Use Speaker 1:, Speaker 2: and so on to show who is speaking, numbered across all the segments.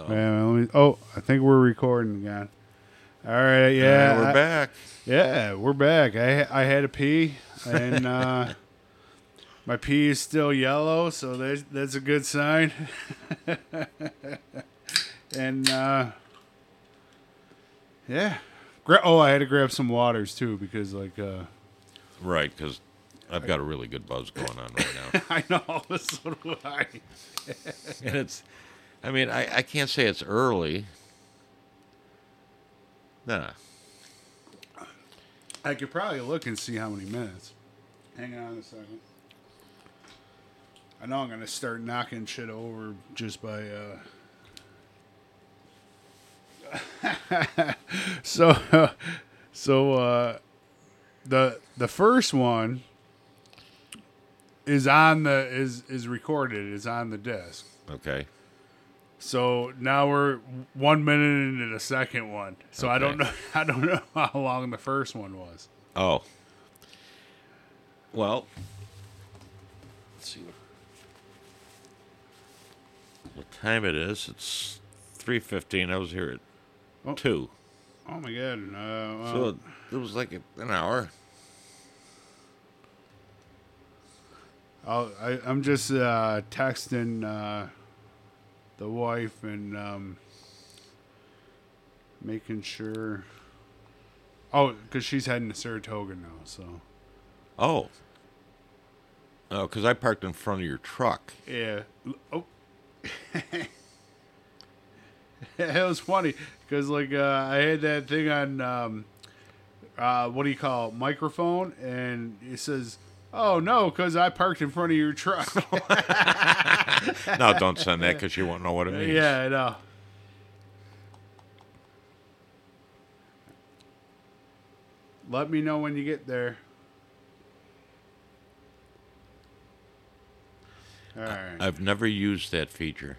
Speaker 1: Yeah, let me, oh, I think we're recording again. All right, yeah,
Speaker 2: And we're
Speaker 1: I-
Speaker 2: back.
Speaker 1: Yeah, we're back. I I had a pee, and uh, my pee is still yellow, so that's that's a good sign. and uh, yeah, Gra- oh, I had to grab some waters too because like uh,
Speaker 2: Right, because I've got a really good buzz going on right now.
Speaker 1: I know so do I.
Speaker 2: and it's, I mean, I, I can't say it's early. Nah.
Speaker 1: I could probably look and see how many minutes. Hang on a second. I know I'm gonna start knocking shit over just by. uh So, so uh, the the first one is on the is is recorded is on the disc.
Speaker 2: Okay.
Speaker 1: So now we're one minute into the second one. So I don't know
Speaker 2: Okay.
Speaker 1: I don't know how long the first one was.
Speaker 2: Oh. Well, let's see what, what time it is. It's 3.15. I was here at
Speaker 1: Oh.
Speaker 2: 2.
Speaker 1: Oh my god! Uh, well,
Speaker 2: So it, it was like a- an hour.
Speaker 1: I'll, I, I'm just uh, texting uh, the wife and um, making sure. Oh, because she's heading to Saratoga now, so
Speaker 2: Oh. Oh, because I parked in front of your truck.
Speaker 1: yeah. Oh, it was funny because like uh, I had that thing on. Um, uh, what do you call it, microphone? And it says, "Oh no, because I parked in front of your truck."
Speaker 2: no, don't send that because you won't know what it means.
Speaker 1: Yeah, I know. Let me know when you get there. All right.
Speaker 2: I've never used that feature.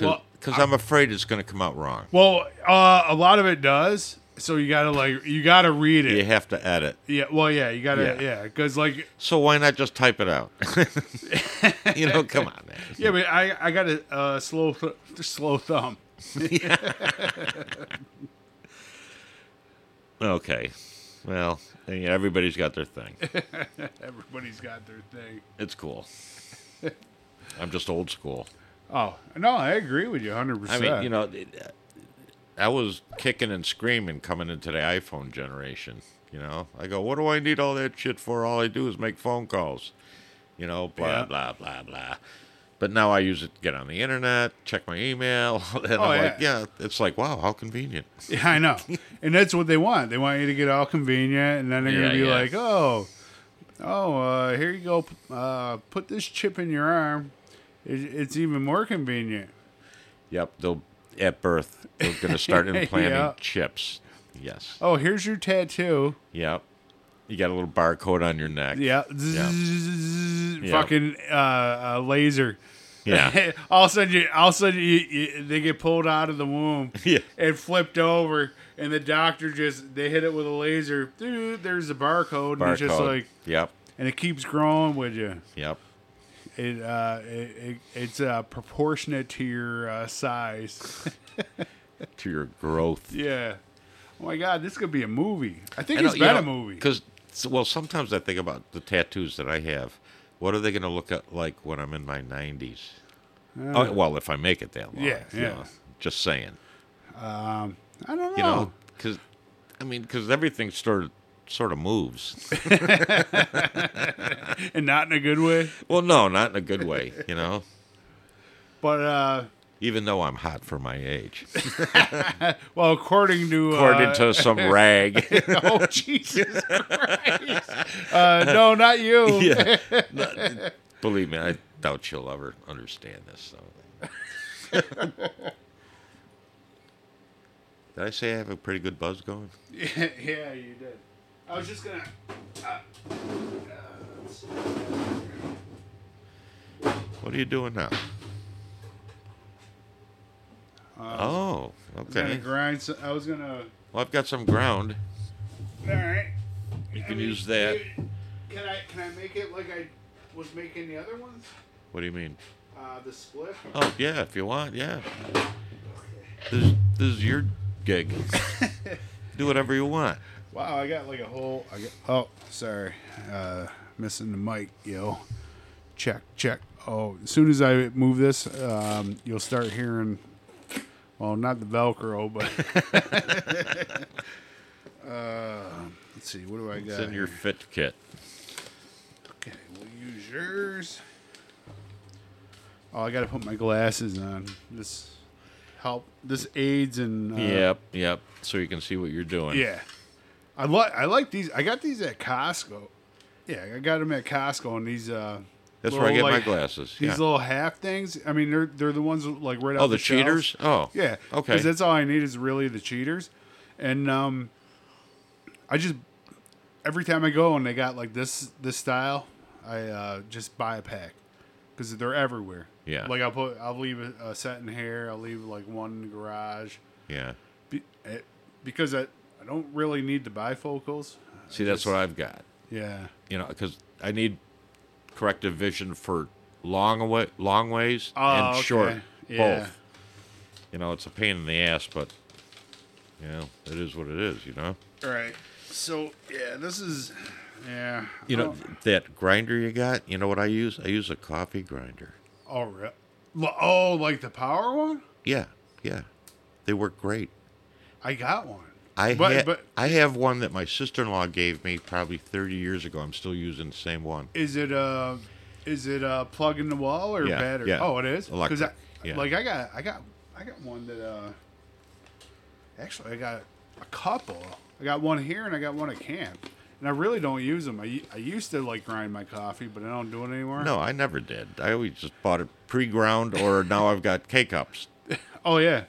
Speaker 1: Well,
Speaker 2: Because I'm afraid it's going to come out wrong.
Speaker 1: well, uh, a lot of it does. So you gotta like you gotta read
Speaker 2: You
Speaker 1: it.
Speaker 2: have to edit.
Speaker 1: Yeah. well, yeah. You gotta.
Speaker 2: Yeah.
Speaker 1: Yeah. Because like
Speaker 2: So why not just type it out? you know, come on, man.
Speaker 1: yeah, but I I got a uh, slow th- slow thumb.
Speaker 2: Okay. Well, I mean, everybody's got their thing.
Speaker 1: Everybody's got their thing.
Speaker 2: It's cool. I'm just old school.
Speaker 1: Oh no, I agree with you 100.
Speaker 2: I
Speaker 1: percent
Speaker 2: mean, you know, it- I was kicking and screaming coming into the iPhone generation. You know, I go, what do I need all that shit for? All I do is make phone calls. You know, blah
Speaker 1: Yeah.
Speaker 2: blah blah blah. But now I use it to get on the internet, check my email, and
Speaker 1: Oh,
Speaker 2: I'm
Speaker 1: yeah.
Speaker 2: like, yeah, it's like, wow, how convenient.
Speaker 1: Yeah, I know. and that's what they want. They want you to get all convenient, and then they're
Speaker 2: Yeah,
Speaker 1: going to be
Speaker 2: yeah.
Speaker 1: like, oh, oh, uh, here you go. p- Uh, put this chip in your arm. It, it's even more convenient.
Speaker 2: Yep, they'll at birth they're going to start implanting
Speaker 1: Yeah.
Speaker 2: chips. Yes.
Speaker 1: Oh, here's your tattoo.
Speaker 2: Yep. You got a little barcode on your neck.
Speaker 1: Yeah.
Speaker 2: Yeah.
Speaker 1: Zzzz,
Speaker 2: Yeah.
Speaker 1: Fucking uh, uh, laser.
Speaker 2: Yeah.
Speaker 1: all of a sudden, you, all of a sudden you, you, they get pulled out of the womb
Speaker 2: Yeah.
Speaker 1: and flipped over, and the doctor just, they hit it with a laser. Dude, there's a barcode, and it's just
Speaker 2: Barcode.
Speaker 1: like,
Speaker 2: Yep.
Speaker 1: and it keeps growing with you.
Speaker 2: Yep.
Speaker 1: it, uh, it, it it's uh, proportionate to your uh, size.
Speaker 2: To your growth.
Speaker 1: yeah. Oh my God, this could be a movie. I think
Speaker 2: I know,
Speaker 1: it's been a movie.
Speaker 2: Because well, sometimes I think about the tattoos that I have. What are they going to look at like when I'm in my 90s? oh, well, if I make it that long.
Speaker 1: Uh. Yeah,
Speaker 2: you
Speaker 1: yeah.
Speaker 2: know, just saying.
Speaker 1: I don't know.
Speaker 2: You
Speaker 1: Oh.
Speaker 2: know, because I mean, because everything sort of sort of moves.
Speaker 1: and not in a good way.
Speaker 2: well, no, not in a good way. You know,
Speaker 1: But uh,
Speaker 2: even though I'm hot for my age,
Speaker 1: well, according to
Speaker 2: according
Speaker 1: uh,
Speaker 2: to some rag.
Speaker 1: oh Jesus Christ, uh, no, not you.
Speaker 2: yeah. No, believe me, I doubt she'll ever understand this. So. Did I say I have a pretty good buzz going?
Speaker 1: Yeah. you did. I was just gonna. uh,
Speaker 2: What are you doing now?
Speaker 1: Uh,
Speaker 2: oh,
Speaker 1: Gonna
Speaker 2: okay.
Speaker 1: grind. Some, I was gonna.
Speaker 2: Well, I've got some ground.
Speaker 1: All right.
Speaker 2: You can use that.
Speaker 1: Can I can I make it like I was making the other ones?
Speaker 2: What do you mean?
Speaker 1: Uh, the split.
Speaker 2: Oh yeah, if you want, yeah. This this is your gig. Do whatever you want.
Speaker 1: Wow, I got like a whole. I got, oh, sorry, uh, missing the mic, yo. Check, check. Oh, as soon as I move this, um, you'll start hearing. Well, not the Velcro, but. uh, let's see. What do I got?
Speaker 2: It's in
Speaker 1: here?
Speaker 2: your fit kit.
Speaker 1: Okay, we'll use yours. Oh, I got to put my glasses on. This help. This aids and. Uh,
Speaker 2: Yep, yep. So you can see what you're doing.
Speaker 1: Yeah, I like I like these. I got these at Costco. Yeah, I got them at Costco, and these uh,
Speaker 2: That's where I get
Speaker 1: little,
Speaker 2: my
Speaker 1: like,
Speaker 2: glasses.
Speaker 1: These
Speaker 2: yeah.
Speaker 1: little half things. I mean, they're they're the ones like right out.
Speaker 2: oh, the,
Speaker 1: shelves.
Speaker 2: cheaters. Oh,
Speaker 1: Yeah.
Speaker 2: Okay.
Speaker 1: Because that's all I need is really the cheaters, and um, I just every time I go and they got like this this style, I uh, just buy a pack because they're everywhere.
Speaker 2: Yeah.
Speaker 1: Like I'll put I'll leave a, a set in here. I'll leave like one in the garage
Speaker 2: yeah.
Speaker 1: be, eh, because I I don't really need the bifocals.
Speaker 2: See, that's what I've got.
Speaker 1: Yeah.
Speaker 2: You know, because I need corrective vision for long away, long ways
Speaker 1: Oh,
Speaker 2: and
Speaker 1: okay.
Speaker 2: short.
Speaker 1: Yeah.
Speaker 2: Both. You know, it's a pain in the ass, but you know, it is what it is. You know.
Speaker 1: All right. So yeah, this is yeah.
Speaker 2: You know
Speaker 1: Oh,
Speaker 2: that grinder you got. You know what I use? I use a coffee grinder.
Speaker 1: all right. L- Oh, like the power one?
Speaker 2: Yeah, yeah, they work great.
Speaker 1: I got one.
Speaker 2: I
Speaker 1: But-
Speaker 2: ha-
Speaker 1: but-
Speaker 2: I have one that my sister in law gave me probably 30 years ago. I'm still using the same one.
Speaker 1: Is it uh is it uh plug in the wall or
Speaker 2: Yeah,
Speaker 1: battery?
Speaker 2: yeah.
Speaker 1: Oh, it is. Because I
Speaker 2: Electric, yeah.
Speaker 1: like I got I got I got one that uh actually I got a couple. I got one here and I got one at camp. And I really don't use them. I, u- I used to like grind my coffee, but I don't do it anymore.
Speaker 2: No, I never did. I always just bought it pre-ground, or now I've got K-cups.
Speaker 1: Oh yeah,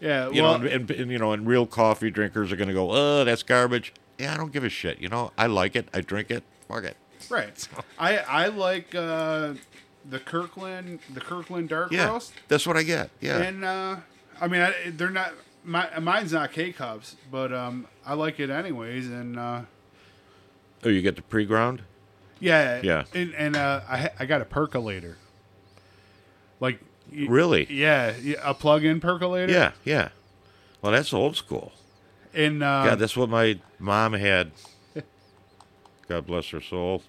Speaker 1: yeah.
Speaker 2: You
Speaker 1: well,
Speaker 2: know, and, and you know, and real coffee drinkers are gonna go, "Oh, that's garbage." Yeah, I don't give a shit. You know, I like it. I drink it. Fuck it.
Speaker 1: right. I I like uh, the Kirkland the Kirkland Dark
Speaker 2: Yeah,
Speaker 1: Roast,
Speaker 2: that's what I get. Yeah,
Speaker 1: and uh, I mean I, they're not my mine's not K cups, but um I like it anyways, and uh,
Speaker 2: oh, you get the pre-ground.
Speaker 1: yeah
Speaker 2: Yeah.
Speaker 1: and, and uh, I ha- I got a percolator, like y-
Speaker 2: Really?
Speaker 1: yeah, yeah a plug in percolator,
Speaker 2: Yeah, yeah. Well, that's old school.
Speaker 1: and uh,
Speaker 2: Yeah, that's what my mom had. God bless her soul.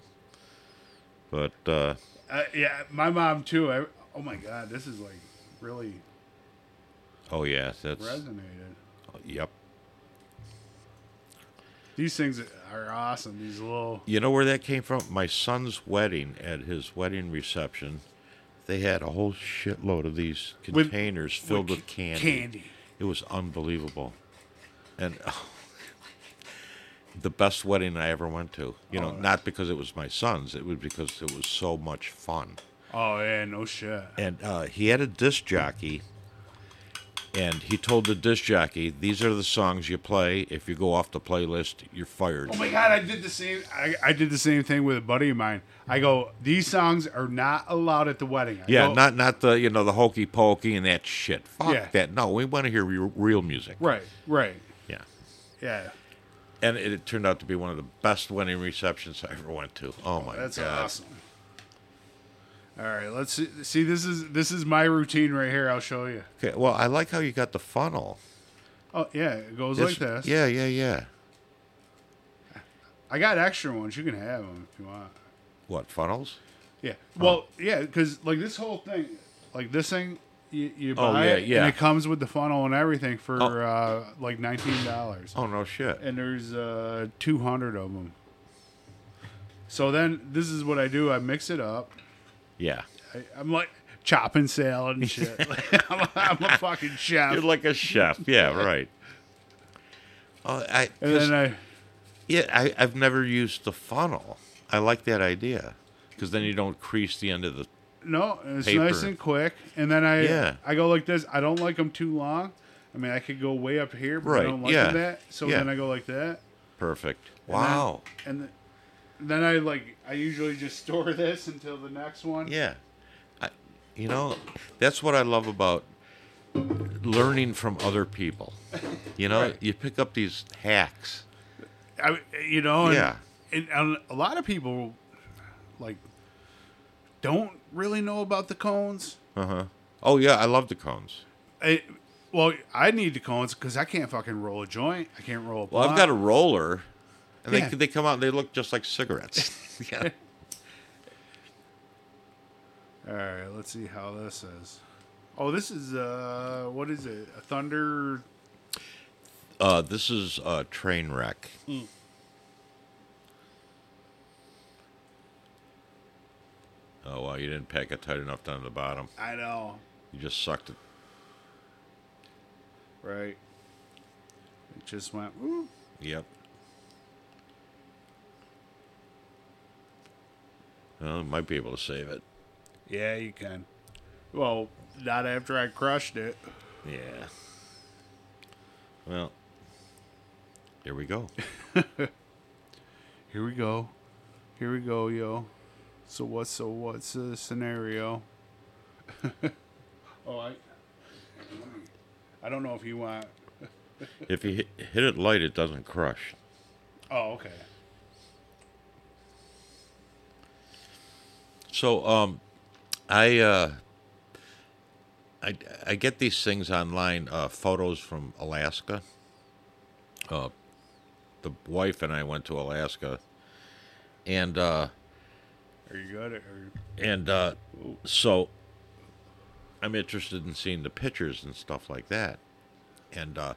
Speaker 2: But uh,
Speaker 1: uh, yeah my mom too. I, oh my god, this is like really
Speaker 2: oh yeah, that's
Speaker 1: resonated.
Speaker 2: yep.
Speaker 1: These things are awesome. These little
Speaker 2: You know where that came from? My son's wedding at his wedding reception, they had a whole shitload of these
Speaker 1: With-
Speaker 2: containers filled with, candy.
Speaker 1: candy.
Speaker 2: It was unbelievable, and the best wedding I ever went to. You
Speaker 1: Oh.
Speaker 2: know, not because it was my son's; it was because it was so much fun.
Speaker 1: Oh yeah, no shit.
Speaker 2: and uh, he had a disc jockey and he told the disc jockey these are the songs you play if you go off the playlist you're fired
Speaker 1: Oh my god, I did the same. I, I did the same thing with a buddy of mine. I go, these songs are not allowed at the wedding. I
Speaker 2: yeah
Speaker 1: go,
Speaker 2: not not the you know the hokey pokey and that shit fuck
Speaker 1: Yeah.
Speaker 2: that no we want to hear re- real music
Speaker 1: right, right,
Speaker 2: yeah
Speaker 1: yeah.
Speaker 2: and it, it turned out to be one of the best wedding receptions i ever went to oh my
Speaker 1: That's
Speaker 2: god
Speaker 1: awesome. All right, let's see, see. This is this is my routine right here. I'll show you.
Speaker 2: okay well i like how you got the funnel
Speaker 1: Oh yeah, it goes like
Speaker 2: It's-
Speaker 1: this.
Speaker 2: yeah yeah yeah
Speaker 1: I got extra ones. You can have them if you want.
Speaker 2: what funnels
Speaker 1: Yeah.
Speaker 2: Oh.
Speaker 1: Well, yeah, because like this whole thing, like this thing, you, you buy
Speaker 2: Oh, yeah,
Speaker 1: it
Speaker 2: yeah.
Speaker 1: and it comes with the funnel and everything for uh, like nineteen dollars.
Speaker 2: oh no shit
Speaker 1: and there's uh, 200 of them. So then this is what I do. I mix it up.
Speaker 2: yeah
Speaker 1: I, I'm like chopping salad and shit. I'm, a, I'm a fucking chef.
Speaker 2: you're like a chef yeah right oh i
Speaker 1: and
Speaker 2: just-
Speaker 1: then I,
Speaker 2: Yeah, I, I've never used the funnel. I like that idea because then you don't crease the end of the.
Speaker 1: no, it's
Speaker 2: Paper.
Speaker 1: nice and quick. And then I,
Speaker 2: Yeah.
Speaker 1: I go like this. I don't like them too long. I mean, I could go way up here, but
Speaker 2: Right,
Speaker 1: I don't like
Speaker 2: yeah,
Speaker 1: that. So
Speaker 2: yeah.
Speaker 1: then I go like that.
Speaker 2: Perfect.
Speaker 1: and then-
Speaker 2: Wow.
Speaker 1: And then, then I like, I usually just store this until the next one.
Speaker 2: Yeah. I, you know, that's what I love about learning from other people. You know,
Speaker 1: Right.
Speaker 2: you pick up these hacks.
Speaker 1: I, you know, and,
Speaker 2: Yeah.
Speaker 1: and, and a lot of people like don't really know about the cones.
Speaker 2: Uh huh. Oh yeah, I love the cones.
Speaker 1: I, well, I need the cones because I can't fucking roll a joint. I can't roll a
Speaker 2: Well,
Speaker 1: blunt.
Speaker 2: I've got a roller, and
Speaker 1: Yeah.
Speaker 2: they they come out. and They look just like cigarettes. yeah.
Speaker 1: All right, let's see how this is. Oh, this is uh, what is it? A thunder?
Speaker 2: Uh, this is a train wreck. Oh wow, you didn't pack it tight enough down to the bottom.
Speaker 1: I know,
Speaker 2: You just sucked it.
Speaker 1: right? It just went. Woo.
Speaker 2: Yep. Well, might be able to save it.
Speaker 1: Yeah, you can. Well, not after I crushed it.
Speaker 2: Yeah. Well, here we go.
Speaker 1: Here we go. Here we go, yo. So what's so what's the scenario? oh, I. I don't know if you want.
Speaker 2: if you hit, hit it light, it doesn't crush.
Speaker 1: Oh, okay.
Speaker 2: So, um, I, uh, I, I get these things online, uh, photos from Alaska. Uh, the wife and I went to Alaska, and uh,
Speaker 1: Are you good? Are you...
Speaker 2: and uh, so I'm interested in seeing the pictures and stuff like that. And uh,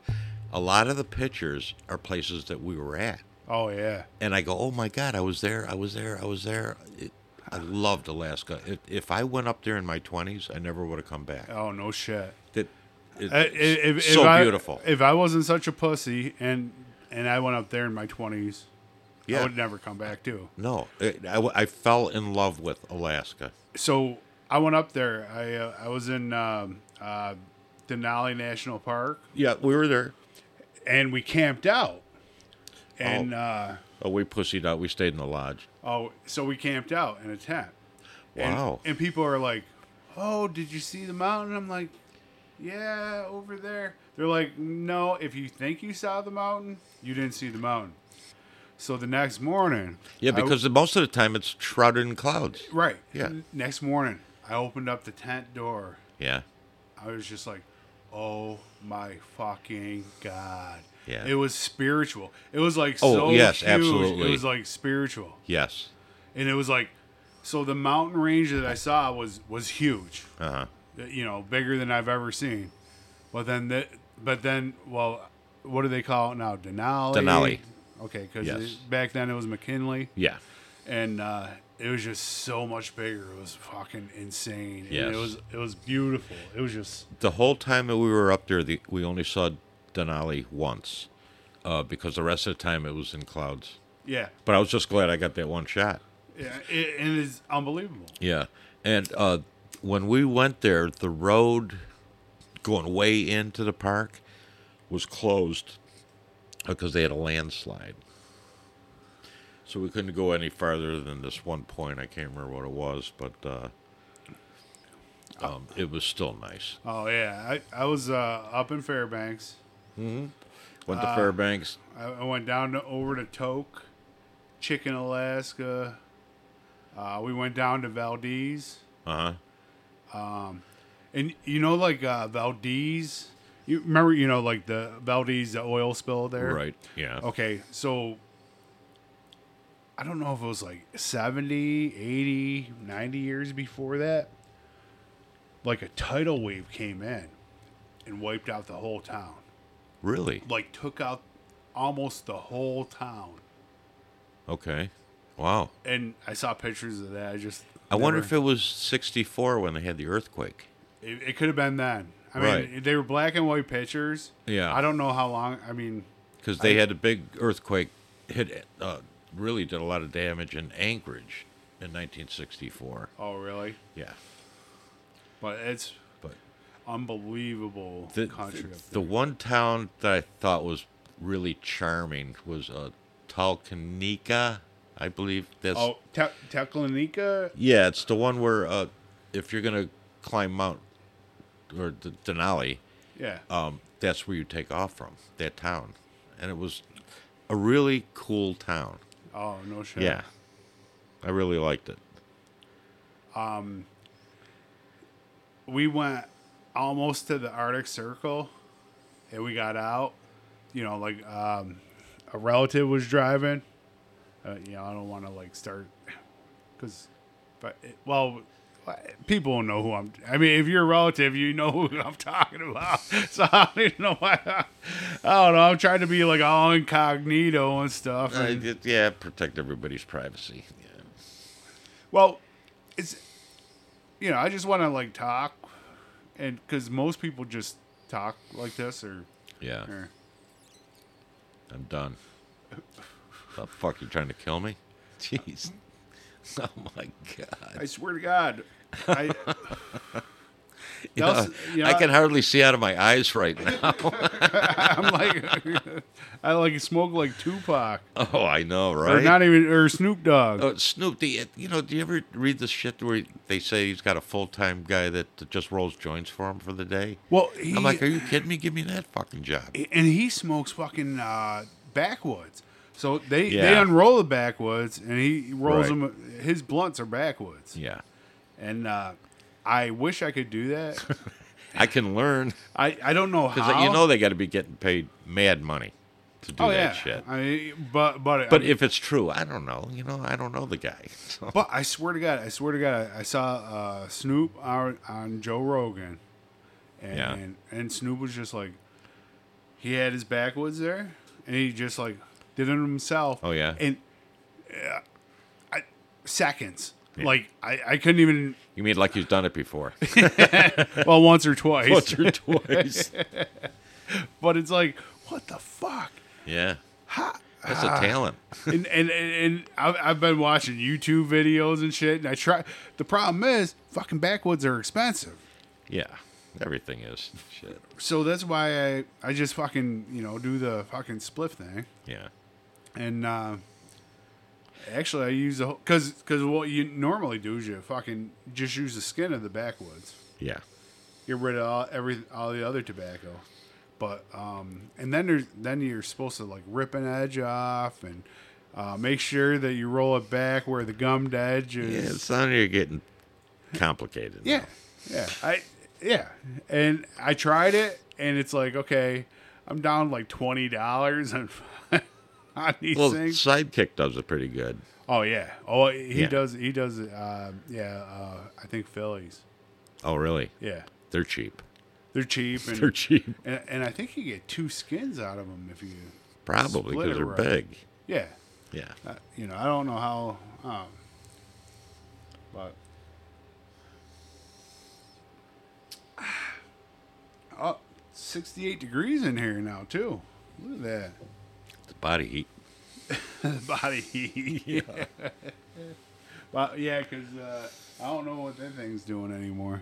Speaker 2: a lot of the pictures are places that we were at.
Speaker 1: Oh yeah.
Speaker 2: and I go, "Oh my God, I was there! I was there! I was there!" It, I loved Alaska. If, if I went up there in my twenties, I never would have come back.
Speaker 1: Oh no shit. Uh,
Speaker 2: That it's
Speaker 1: I- if, if,
Speaker 2: so
Speaker 1: if I-
Speaker 2: beautiful.
Speaker 1: If I wasn't such a pussy and and I went up there in my twenties, I
Speaker 2: yeah,
Speaker 1: would never come back too.
Speaker 2: no, it, I, w- I fell in love with Alaska.
Speaker 1: So I went up there. I uh, I was in um, uh, Denali National Park
Speaker 2: Yeah, we were there.
Speaker 1: and we camped out. And
Speaker 2: Oh.
Speaker 1: uh,
Speaker 2: Oh, we pussied out. We stayed in the lodge.
Speaker 1: oh, so we camped out in a tent. And-
Speaker 2: Wow.
Speaker 1: And, people are like, "Oh, did you see the mountain?" I'm like, "Yeah, over there." They're like, "No, if you think you saw the mountain, you didn't see the mountain." So the next morning,
Speaker 2: yeah,
Speaker 1: I-
Speaker 2: because the, most of the time it's shrouded in clouds.
Speaker 1: right,
Speaker 2: Yeah.
Speaker 1: Next morning, I opened up the tent door.
Speaker 2: Yeah,
Speaker 1: I was just like, "Oh my fucking god!"
Speaker 2: Yeah.
Speaker 1: It was spiritual. It was like
Speaker 2: Oh,
Speaker 1: so
Speaker 2: yes,
Speaker 1: huge.
Speaker 2: absolutely.
Speaker 1: It was like spiritual,
Speaker 2: yes,
Speaker 1: and it was like, so the mountain range that I saw was was huge.
Speaker 2: uh huh,
Speaker 1: that, you know, bigger than I've ever seen. But then, the, but then, well, what do they call it now? Denali.
Speaker 2: Denali.
Speaker 1: Okay, because
Speaker 2: Yes.
Speaker 1: back then it was McKinley,
Speaker 2: yeah,
Speaker 1: and uh, it was just so much bigger. It was fucking insane. And
Speaker 2: Yes.
Speaker 1: it was it was beautiful. It was just
Speaker 2: the whole time that we were up there, the, we only saw Denali once, uh, because the rest of the time it was in clouds.
Speaker 1: yeah,
Speaker 2: But I was just glad I got that one shot.
Speaker 1: yeah. It, and it's unbelievable.
Speaker 2: Yeah. And uh, when we went there, the road going way into the park was closed because they had a landslide. So we couldn't go any farther than this one point. I can't remember what it was, but uh, um, it was still nice.
Speaker 1: Oh yeah, I I was uh, up in Fairbanks.
Speaker 2: Went to Fairbanks.
Speaker 1: I, I went down to over to Toke, Chicken, Alaska. Uh, we went down to Valdez.
Speaker 2: Uh huh.
Speaker 1: And you know, like uh, Valdez, you remember, you know, like the Valdez the oil spill there,
Speaker 2: Right. Yeah.
Speaker 1: Okay, so I don't know if it was like 70, 80, 90 years before that, like a tidal wave came in and wiped out the whole town,
Speaker 2: Really?
Speaker 1: like took out almost the whole town.
Speaker 2: Okay. Wow.
Speaker 1: And I saw pictures of that. I just,
Speaker 2: I wonder if
Speaker 1: never-
Speaker 2: it was 64 when they had the earthquake.
Speaker 1: it, it could have been then. I mean,
Speaker 2: Right.
Speaker 1: they were black and white pictures.
Speaker 2: Yeah.
Speaker 1: I don't know how long. I mean,
Speaker 2: because they had a big earthquake hit uh, really did a lot of damage in anchorage in 1964
Speaker 1: oh, really?
Speaker 2: yeah
Speaker 1: But it's
Speaker 2: but
Speaker 1: unbelievable
Speaker 2: the,
Speaker 1: country
Speaker 2: the,
Speaker 1: up there.
Speaker 2: the one town that i thought was really charming was uh, talkenica i believe that's
Speaker 1: oh, Te- Teklenica?
Speaker 2: yeah it's the one where uh, if you're gonna climb mount or the denali
Speaker 1: Yeah.
Speaker 2: um, that's where you take off from that town and it was a really cool town
Speaker 1: oh, no shit.
Speaker 2: yeah i really liked it
Speaker 1: we went almost to the Arctic Circle, and we got out. You know, like um, a relative was driving. Uh, you know, I don't want to like start because, but it- well, people will know who I'm. I mean, if you're a relative, you know who I'm talking about. So I don't even know why. I, don't know. I'm trying to be like all incognito and stuff.
Speaker 2: Uh,
Speaker 1: and-
Speaker 2: y- yeah, protect everybody's privacy. Yeah.
Speaker 1: Well, it's you know, I just want to like talk, and because most people just talk like this, or,
Speaker 2: Yeah,
Speaker 1: or
Speaker 2: I'm done. the fuck, you trying to kill me? Jeez. Oh my god.
Speaker 1: I swear to God, I
Speaker 2: You
Speaker 1: That
Speaker 2: know,
Speaker 1: was- you know,
Speaker 2: I can hardly see out of my eyes right now.
Speaker 1: I'm like I like smoke like Tupac
Speaker 2: oh, I know,
Speaker 1: or
Speaker 2: right?
Speaker 1: not even or Snoop Dogg.
Speaker 2: oh, Snoop, do you, you know, do you ever read this shit where they say he's got a full time guy that just rolls joints for him for the day?
Speaker 1: well, he,
Speaker 2: I'm like, are you kidding me? Give me that fucking job.
Speaker 1: and he smokes fucking uh, backwoods. So they they
Speaker 2: Yeah.
Speaker 1: unroll the backwoods, and he rolls
Speaker 2: Right.
Speaker 1: them. His blunts are backwoods,
Speaker 2: Yeah.
Speaker 1: and uh, I wish I could do that.
Speaker 2: I can learn
Speaker 1: I, I don't know
Speaker 2: because
Speaker 1: how
Speaker 2: you know they got to be getting paid mad money to do
Speaker 1: oh
Speaker 2: that
Speaker 1: yeah,
Speaker 2: shit.
Speaker 1: I mean, but but
Speaker 2: But
Speaker 1: I,
Speaker 2: if it's true, I don't know. You know, I don't know the guy. So,
Speaker 1: but I swear to God, I swear to God, I, I saw uh, Snoop on, on Joe Rogan, and,
Speaker 2: Yeah.
Speaker 1: and Snoop was just like, he had his backwoods there, and he just like did it himself.
Speaker 2: Oh, yeah?
Speaker 1: and uh, I, seconds.
Speaker 2: Yeah.
Speaker 1: Like I, I couldn't even
Speaker 2: you mean like he's done it before?
Speaker 1: well once or twice,
Speaker 2: Once or twice.
Speaker 1: but it's like what the fuck.
Speaker 2: Yeah. That's a talent.
Speaker 1: and and and, and I've, I've been watching YouTube videos and shit, and I try. The problem is, fucking backwoods are expensive,
Speaker 2: Yeah. Everything is. Shit.
Speaker 1: so that's why I I just fucking you know do the fucking spliff thing,
Speaker 2: Yeah.
Speaker 1: and uh, actually I use the because because what you normally do is you fucking just use the skin of the backwoods,
Speaker 2: Yeah.
Speaker 1: get rid of all, every all the other tobacco. But um, and then there's then you're supposed to like rip an edge off and uh, make sure that you roll it back where the gummed edge is.
Speaker 2: Yeah. It's not you're getting complicated. now.
Speaker 1: Yeah, yeah, I yeah, and I tried it, and it's like okay, I'm down like twenty dollars on on these
Speaker 2: Well,
Speaker 1: things.
Speaker 2: Sidekick does it pretty good.
Speaker 1: Oh yeah, oh he
Speaker 2: Yeah.
Speaker 1: does he does uh, yeah uh, I think Phillies
Speaker 2: Oh, really?
Speaker 1: yeah
Speaker 2: They're cheap.
Speaker 1: they're cheap and,
Speaker 2: They're cheap.
Speaker 1: and and I think you get two skins out of them if you
Speaker 2: Probably
Speaker 1: Split it
Speaker 2: because they're
Speaker 1: right.
Speaker 2: big.
Speaker 1: yeah
Speaker 2: Yeah.
Speaker 1: uh, you know I don't know how um, but. Oh, 68 degrees in here now too. Look at that.
Speaker 2: The body heat.
Speaker 1: body heat. Yeah. but yeah, because uh, I don't know what that thing's doing anymore.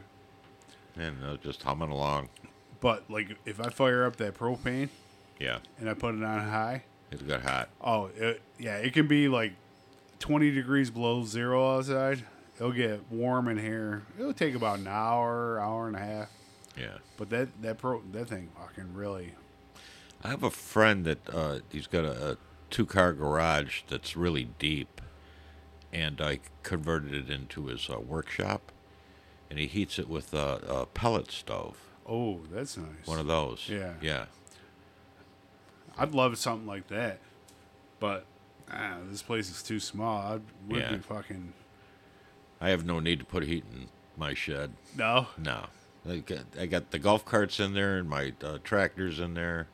Speaker 2: And they're just humming along.
Speaker 1: But like, if I fire up that propane
Speaker 2: Yeah.
Speaker 1: and I put it on high,
Speaker 2: It got hot.
Speaker 1: oh it, yeah, it can be like twenty degrees below zero outside. It'll get warm in here. It'll take about an hour, hour and a half.
Speaker 2: Yeah.
Speaker 1: But that that pro that thing fucking really.
Speaker 2: I have a friend that uh, he's got a, a two car garage that's really deep, and I converted it into his uh, workshop, and he heats it with a, a pellet stove,
Speaker 1: Oh, that's nice.
Speaker 2: one of those.
Speaker 1: Yeah.
Speaker 2: Yeah.
Speaker 1: I'd love something like that, but ah, this place is too small. I'd would
Speaker 2: Yeah.
Speaker 1: be fucking
Speaker 2: I have no need to put heat in my shed.
Speaker 1: no.
Speaker 2: No. I got, I got the golf carts in there, and my uh, tractors in there,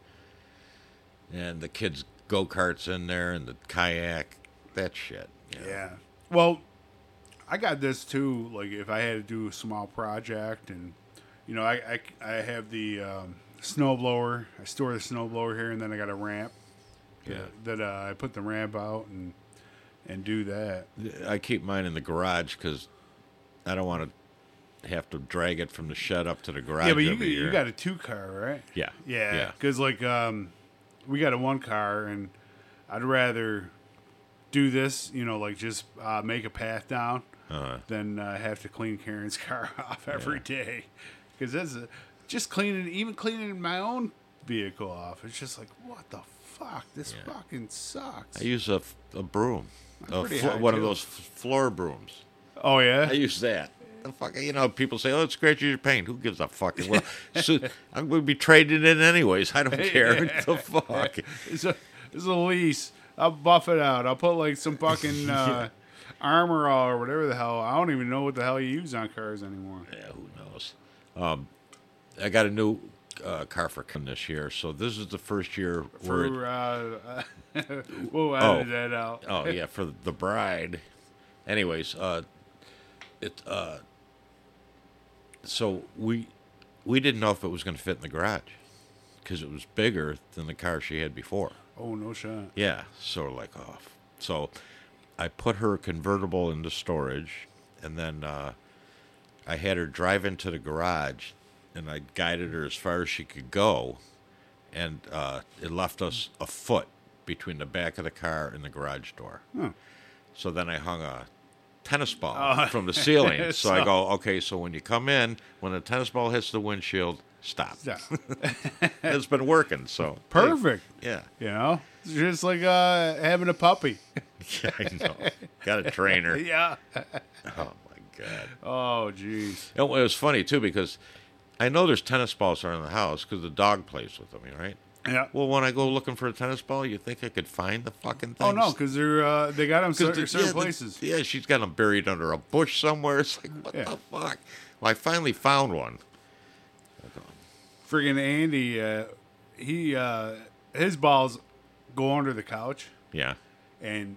Speaker 2: and the kids' go karts in there, and the kayak, that shit.
Speaker 1: Yeah. Well, I got this too. Like, if I had to do a small project, and you know, I I, I have the um, snow blower. I store the snow blower here, and then I got a ramp.
Speaker 2: Yeah.
Speaker 1: That uh, I put the ramp out and and do that.
Speaker 2: I keep mine in the garage because I don't want to have to drag it from the shed up to the garage.
Speaker 1: yeah, but you
Speaker 2: every year.
Speaker 1: you got a two car, right?
Speaker 2: Yeah.
Speaker 1: Yeah.
Speaker 2: Yeah.
Speaker 1: Because like um, we got a one car, and I'd rather do this. You know, like just uh, make a path down.
Speaker 2: Uh,
Speaker 1: than uh, have to clean Karen's car off every day. Because that's a, just cleaning, even cleaning my own vehicle off. It's just like, what the fuck? This
Speaker 2: Yeah.
Speaker 1: fucking sucks.
Speaker 2: I use a, f- a broom, a
Speaker 1: pretty
Speaker 2: flo-
Speaker 1: high,
Speaker 2: one
Speaker 1: too.
Speaker 2: of those f- floor brooms.
Speaker 1: oh
Speaker 2: I
Speaker 1: yeah,
Speaker 2: use that. the fuck? You know, people say, "Oh, it scratches your paint." Who gives a fuck? Well, so I'm going to be traded in anyways. I don't care. the fuck?
Speaker 1: It's a, it's a lease. I'll buff it out. I'll put like some fucking uh, armor or whatever the hell. I don't even know what the hell you use on cars anymore.
Speaker 2: Yeah, who knows? Um, I got a new uh, car for coming this year, so this is the first year where. it-
Speaker 1: For uh, we'll edit that out.
Speaker 2: oh yeah, for the bride. Anyways, uh, it uh, so we we didn't know if it was going to fit in the garage because it was bigger than the car she had before.
Speaker 1: Oh no shot.
Speaker 2: Yeah, so we're like off. So I put her convertible into storage, and then uh, I had her drive into the garage, and I guided her as far as she could go, and uh, it left us a foot between the back of the car and the garage door. So then I hung a tennis ball from the ceiling. so, I go, okay, so when you come in, when the tennis ball hits the windshield, stop.
Speaker 1: Yeah.
Speaker 2: it's been working, so
Speaker 1: Perfect.
Speaker 2: Yeah.
Speaker 1: You know, it's just like uh, having a puppy.
Speaker 2: Yeah, I know. Got a trainer.
Speaker 1: Yeah.
Speaker 2: Oh my god!
Speaker 1: Oh jeez.
Speaker 2: And it was funny too because I know there's tennis balls around the house because the dog plays with them, right?
Speaker 1: Yeah.
Speaker 2: Well, when I go looking for a tennis ball, you think I could find the fucking thing?
Speaker 1: Oh no, because they're uh, they got them certain, certain
Speaker 2: yeah, the-
Speaker 1: places.
Speaker 2: yeah, she's got them buried under a bush somewhere. It's like what
Speaker 1: Yeah.
Speaker 2: the fuck? Well, I finally found one.
Speaker 1: Friggin' Andy, uh, he uh, his balls go under the couch,
Speaker 2: Yeah.
Speaker 1: and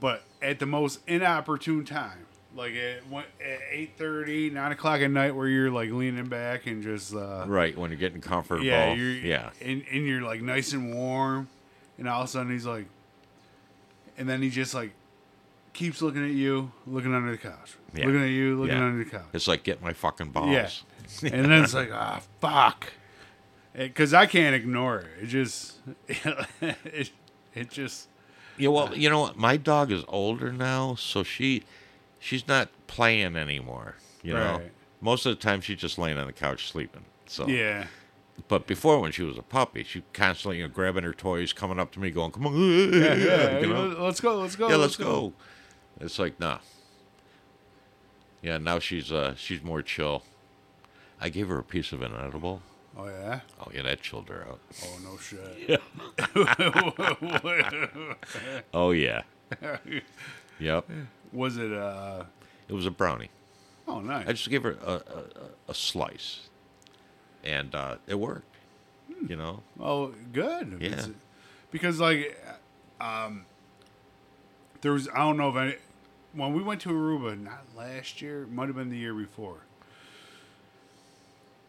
Speaker 1: but at the most inopportune time, like at, one- at 8.30, 9 o'clock at night, where you're like leaning back and just uh,
Speaker 2: Right when you're getting comfortable.
Speaker 1: yeah, you're
Speaker 2: yeah.
Speaker 1: and, and you're like nice and warm, and all of a sudden he's like, and then he just like keeps looking at you, looking under the couch,
Speaker 2: Yeah.
Speaker 1: looking at you, looking
Speaker 2: Yeah.
Speaker 1: under the couch.
Speaker 2: It's like get my fucking balls.
Speaker 1: Yeah. and then it's like, ah, fuck. Because I can't ignore it. It just, it, it just,
Speaker 2: Yeah, well, you know what? My dog is older now, so she she's not playing anymore. You know,
Speaker 1: Right.
Speaker 2: most of the time she's just laying on the couch sleeping. So,
Speaker 1: yeah.
Speaker 2: but before when she was a puppy, she constantly you know, grabbing her toys, coming up to me, going, "Come on, yeah,
Speaker 1: Yeah, let's go, let's go.
Speaker 2: yeah, let's go." It's like nah. Yeah, now she's uh she's more chill. I gave her a piece of an edible.
Speaker 1: Oh, yeah?
Speaker 2: Oh yeah, that chilled her out.
Speaker 1: Oh, no shit.
Speaker 2: Oh yeah. yep.
Speaker 1: Was it, uh,
Speaker 2: It was a brownie.
Speaker 1: oh, nice.
Speaker 2: I just gave her a, a, a- a slice, and uh, it worked. You know,
Speaker 1: Oh, good.
Speaker 2: Yeah.
Speaker 1: It's- Because like, um, there was I don't know if any when we went to Aruba not last year, it might have been the year before.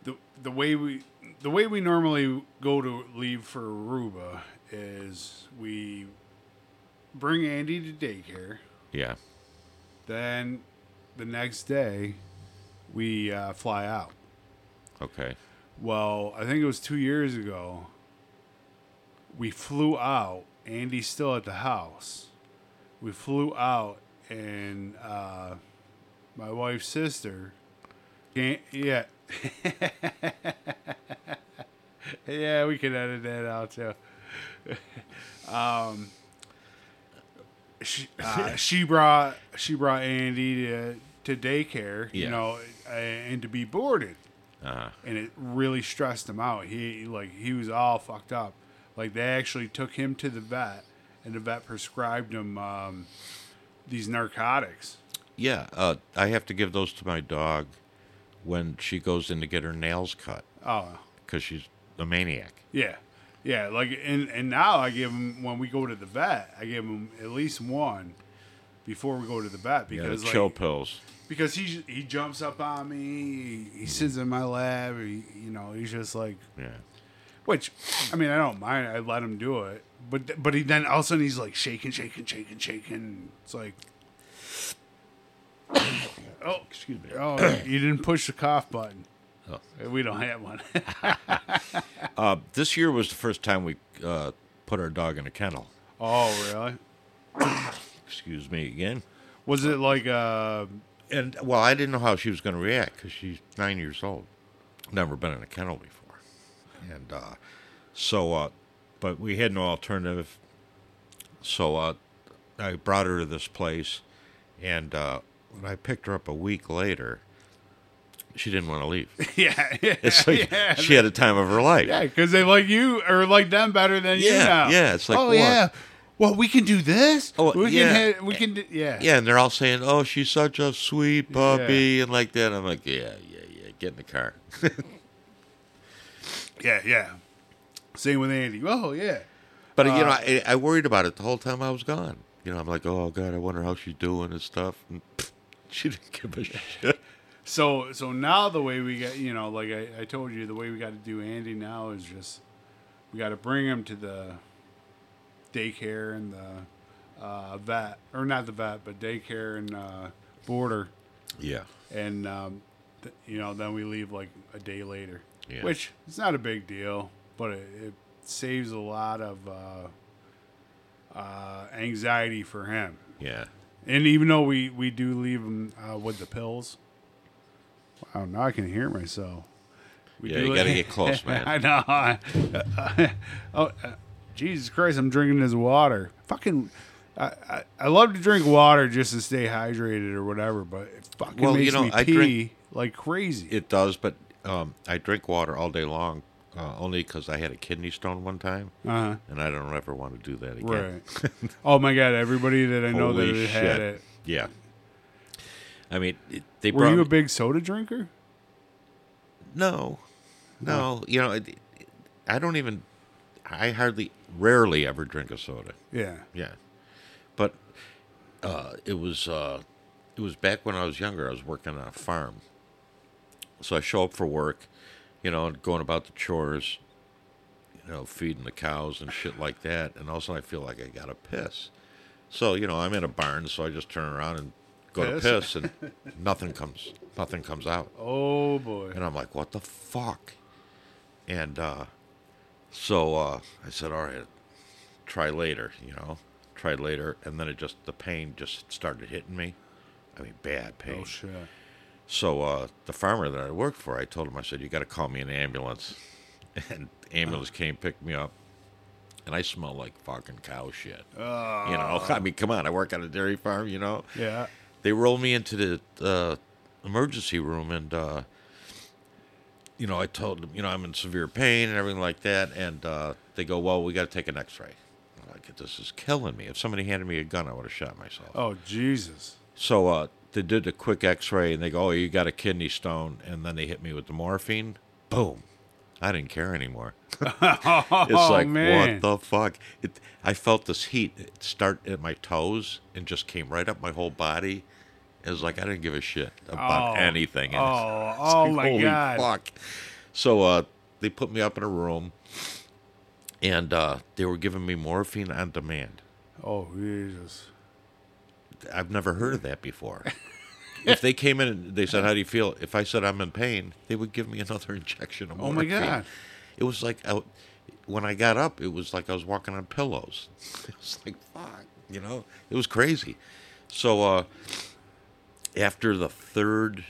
Speaker 1: the The way we the way we normally go to leave for Aruba is we bring Andy to daycare,
Speaker 2: yeah,
Speaker 1: then the next day we uh, fly out.
Speaker 2: okay,
Speaker 1: Well, I think it was two years ago. We flew out. Andy's still at the house. We flew out, and uh, my wife's sister. can yeah. yeah, we can edit that out too. um, she, uh, she brought she brought Andy to to daycare, you
Speaker 2: Yeah.
Speaker 1: know, and to be boarded
Speaker 2: uh,
Speaker 1: and it really stressed him out. He like he was all fucked up. Like they actually took him to the vet, and the vet prescribed him um, these narcotics.
Speaker 2: yeah. Uh, I have to give those to my dog when she goes in to get her nails cut
Speaker 1: Oh
Speaker 2: because she's a maniac.
Speaker 1: yeah, yeah. Like and and now I give him when we go to the vet, I give him at least one before we go to the vet
Speaker 2: Yeah, the
Speaker 1: because
Speaker 2: chill
Speaker 1: like,
Speaker 2: pills.
Speaker 1: because he he jumps up on me, he, he sits in my lap, he, you know, he's just like
Speaker 2: Yeah,
Speaker 1: Which, I mean, I don't mind. I let him do it, but th- but he then all of a sudden he's like shaking, shaking, shaking, shaking. It's like, oh, excuse me. Oh, you didn't push the cough button.
Speaker 2: Oh.
Speaker 1: We don't have one.
Speaker 2: uh, this year was the first time we uh, put our dog in a kennel.
Speaker 1: oh, really?
Speaker 2: Excuse me again.
Speaker 1: Was it like uh?
Speaker 2: And well, I didn't know how she was going to react because she's nine years old, never been in a kennel before, and uh, so, uh, but we had no alternative. So uh, I brought her to this place, and uh, When I picked her up a week later, she didn't want to leave.
Speaker 1: yeah, yeah,
Speaker 2: It's like
Speaker 1: yeah,
Speaker 2: she had a time of her life.
Speaker 1: yeah, because they like you or like them better than you
Speaker 2: Yeah,
Speaker 1: now.
Speaker 2: yeah, it's like,
Speaker 1: oh
Speaker 2: what?
Speaker 1: yeah, well we can do this.
Speaker 2: Oh,
Speaker 1: we
Speaker 2: yeah.
Speaker 1: can ha- we can do, yeah
Speaker 2: Yeah, and they're all saying, "Oh, she's such a sweet puppy," and like that. I'm like, "Yeah, yeah, yeah, get in the car."
Speaker 1: yeah yeah. Same with Andy. Oh yeah,
Speaker 2: But you know, I, I worried about it the whole time I was gone. You know, I'm like, "Oh God, I wonder how she's doing and stuff." And pfft, she didn't give a shit.
Speaker 1: So so now the way we got you know like I, I told you the way we got to do Andy now is just we got to bring him to the daycare and the uh, vet or not the vet but daycare and uh, border
Speaker 2: Yeah,
Speaker 1: and um, th- you know then we leave like a day later
Speaker 2: Yeah.
Speaker 1: which it's not a big deal but it, it saves a lot of uh, uh, anxiety for him
Speaker 2: yeah,
Speaker 1: and even though we we do leave them uh, with the pills, wow! Now I can hear myself. We
Speaker 2: yeah. You gotta get close, man.
Speaker 1: I know. oh, uh, Jesus Christ! I'm drinking this water. Fucking. I, I, I love to drink water just to stay hydrated or whatever, but it fucking
Speaker 2: Well, you
Speaker 1: makes
Speaker 2: know,
Speaker 1: me
Speaker 2: I
Speaker 1: pee
Speaker 2: drink-
Speaker 1: like crazy.
Speaker 2: It does, but um, I drink water all day long, uh, only because I had a kidney stone one time,
Speaker 1: uh-huh.
Speaker 2: and I don't ever want to do that again.
Speaker 1: Right. oh my God! Everybody that I know
Speaker 2: Holy
Speaker 1: that
Speaker 2: shit!
Speaker 1: had it.
Speaker 2: Yeah. I mean, it, they
Speaker 1: Were
Speaker 2: brought
Speaker 1: you
Speaker 2: me-
Speaker 1: a big soda drinker?
Speaker 2: No, no. You know, it, it- I don't even. I hardly, rarely ever drink a soda.
Speaker 1: Yeah.
Speaker 2: Yeah, but uh, it was uh, it was back when I was younger. I was working on a farm, so I show up for work, you know, and going about the chores, you know, feeding the cows and shit like that. And also, I feel like I gotta piss. So you know, I'm in a barn, so I just turn around and go
Speaker 1: Piss?
Speaker 2: to piss, and nothing comes, nothing comes out.
Speaker 1: Oh boy.
Speaker 2: And I'm like, what the fuck? And uh, so uh, I said, all right, try later, you know, try later. And then it just, the pain just started hitting me. I mean, bad pain.
Speaker 1: Oh shit.
Speaker 2: So uh, the farmer that I worked for, I told him, I said, you got to call me an ambulance. And ambulance came, picked me up. And I smell like fucking cow shit. you know, I mean, come on, I work on a dairy farm, you know
Speaker 1: Yeah.
Speaker 2: they roll me into the uh, emergency room and uh, you know i told them you know i'm in severe pain and everything like that and uh, they go well we got to take an x-ray I'm like this is killing me if somebody handed me a gun i would have shot myself
Speaker 1: Oh Jesus.
Speaker 2: so uh, they did a quick x-ray and they go oh you got a kidney stone and then they hit me with the morphine boom i didn't care anymore
Speaker 1: Oh
Speaker 2: it's like
Speaker 1: man.
Speaker 2: what the fuck it, i felt this heat start at my toes and just came right up my whole body it was like i didn't give a shit about
Speaker 1: Oh,
Speaker 2: anything and it's-
Speaker 1: Oh, oh
Speaker 2: like,
Speaker 1: my
Speaker 2: holy
Speaker 1: god.
Speaker 2: fuck so uh they put me up in a room and uh they were giving me morphine on demand
Speaker 1: Oh Jesus.
Speaker 2: i've never heard of that before if they came in and they said how do you feel if i said i'm in pain they would give me another injection of
Speaker 1: Oh
Speaker 2: morphine
Speaker 1: my god.
Speaker 2: it was like I, when I got up, it was like I was walking on pillows. It was like fuck, you know, it was crazy. So uh, after the third,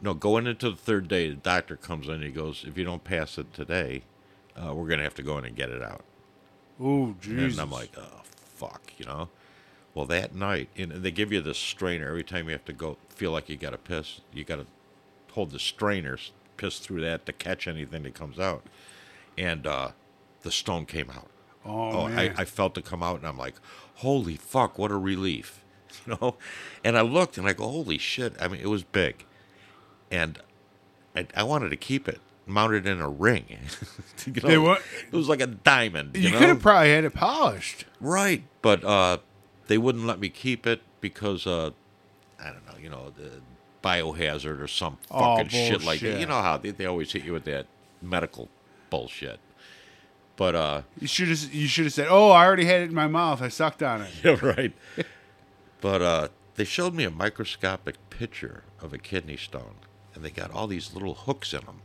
Speaker 2: no, going into the third day, the doctor comes in and he goes, "If you don't pass it today, uh, we're gonna have to go in and get it out."
Speaker 1: Oh Jesus.
Speaker 2: And I'm like, oh fuck, you know. Well, that night, and they give you this strainer every time you have to go. Feel like you got to piss. You got to hold the strainer, s- piss through that to catch anything that comes out. And uh, the stone came out.
Speaker 1: Oh,
Speaker 2: I,
Speaker 1: man.
Speaker 2: I felt it come out, and I'm like, holy fuck, what a relief, you know. And I looked, and I go, holy shit. I mean, it was big, and I, I wanted to keep it mounted in a ring. You
Speaker 1: They
Speaker 2: know,
Speaker 1: wa-
Speaker 2: It was like a diamond.
Speaker 1: you
Speaker 2: You, know?
Speaker 1: could have probably had it polished.
Speaker 2: Right, but uh, they wouldn't let me keep it because uh, I don't know, you know, the biohazard or some
Speaker 1: Oh,
Speaker 2: fucking shit like that.
Speaker 1: bullshit.
Speaker 2: You know how they, they always hit you with that medical bullshit. But uh,
Speaker 1: You should have. You should have said, "Oh, I already had it in my mouth. I sucked on it."
Speaker 2: yeah, right. but uh, they showed me a microscopic picture of a kidney stone, and they got all these little hooks in them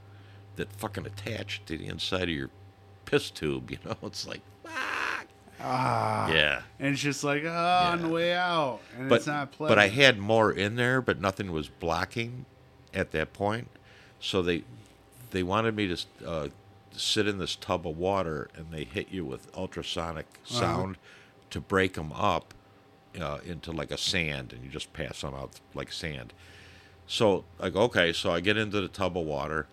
Speaker 2: that fucking attach to the inside of your piss tube. You know, it's like, fuck.
Speaker 1: Ah.
Speaker 2: yeah.
Speaker 1: And it's just like, oh, on the
Speaker 2: Yeah.
Speaker 1: way out, and
Speaker 2: but
Speaker 1: it's not pleasant.
Speaker 2: but I had more in there, but nothing was blocking at that point. So they they wanted me to uh, sit in this tub
Speaker 1: Uh-huh.
Speaker 2: of water, and they hit you with ultrasonic sound to break them up uh, into like a sand, and you just pass them out like sand. So I go, okay. So I get into the tub of water,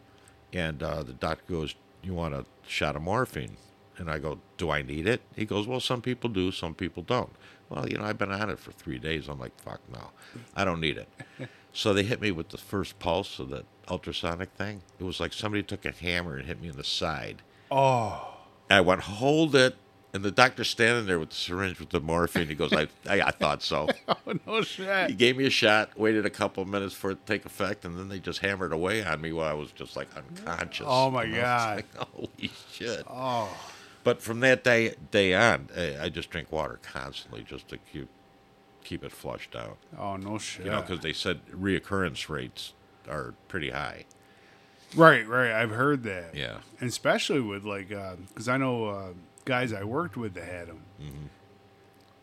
Speaker 2: and uh, the doctor goes, "You want a shot of morphine?" And I go, "Do I need it?" He goes, "Well, some people do, some people don't." Well, you know, I've been on it for three days. I'm like, "Fuck no, I don't need it." so they hit me with the first pulse of the ultrasonic thing. It was like somebody took a hammer and hit me in the side.
Speaker 1: Oh,
Speaker 2: And I went, "Hold it!" And the doctor's standing there with the syringe with the morphine. He goes, "I, I, I thought so."
Speaker 1: oh, no
Speaker 2: He
Speaker 1: shit.
Speaker 2: gave me a shot, waited a couple of minutes for it to take effect, and then they just hammered away on me while I was just like unconscious.
Speaker 1: Oh, my
Speaker 2: And I was like, Holy shit!
Speaker 1: Oh,
Speaker 2: But from that day day on, eh, I, I just drink water constantly just to keep keep it flushed out.
Speaker 1: oh, no shit.
Speaker 2: You know, 'cause know, because they said reoccurrence rates are pretty high.
Speaker 1: right, right. I've heard that.
Speaker 2: Yeah.
Speaker 1: And especially with like, because I know uh, guys I worked with that had them,
Speaker 2: Mm-hmm.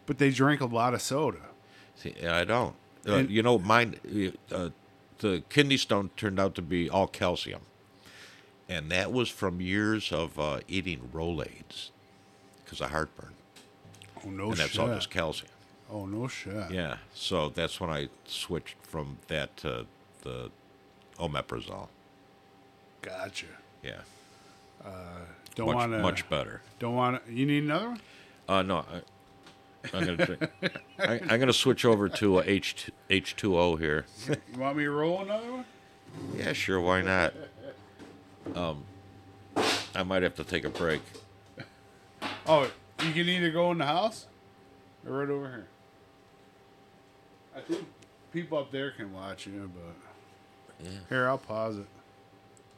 Speaker 1: but they drank a lot of soda.
Speaker 2: See, I don't. Uh,
Speaker 1: And-
Speaker 2: you know, mine, uh, the kidney stone turned out to be all calcium. And that was from years of uh, eating Rolaids because of heartburn.
Speaker 1: Oh no
Speaker 2: and
Speaker 1: shit.
Speaker 2: that's all just calcium.
Speaker 1: oh no shit.
Speaker 2: Yeah. So that's when I switched from that to the omeprazole.
Speaker 1: Gotcha.
Speaker 2: Yeah.
Speaker 1: Don't
Speaker 2: much,
Speaker 1: want to.
Speaker 2: much better.
Speaker 1: Don't want to. You need another one?
Speaker 2: Uh, no, I, I'm going to drink. I, I'm going to switch over to uh, H, H2O here.
Speaker 1: You want me to roll another one?
Speaker 2: Yeah, sure. Why not? Um, I might have to take a break.
Speaker 1: Oh, you can either go in the house or right over here. I think people up there can watch you, but here I'll pause it.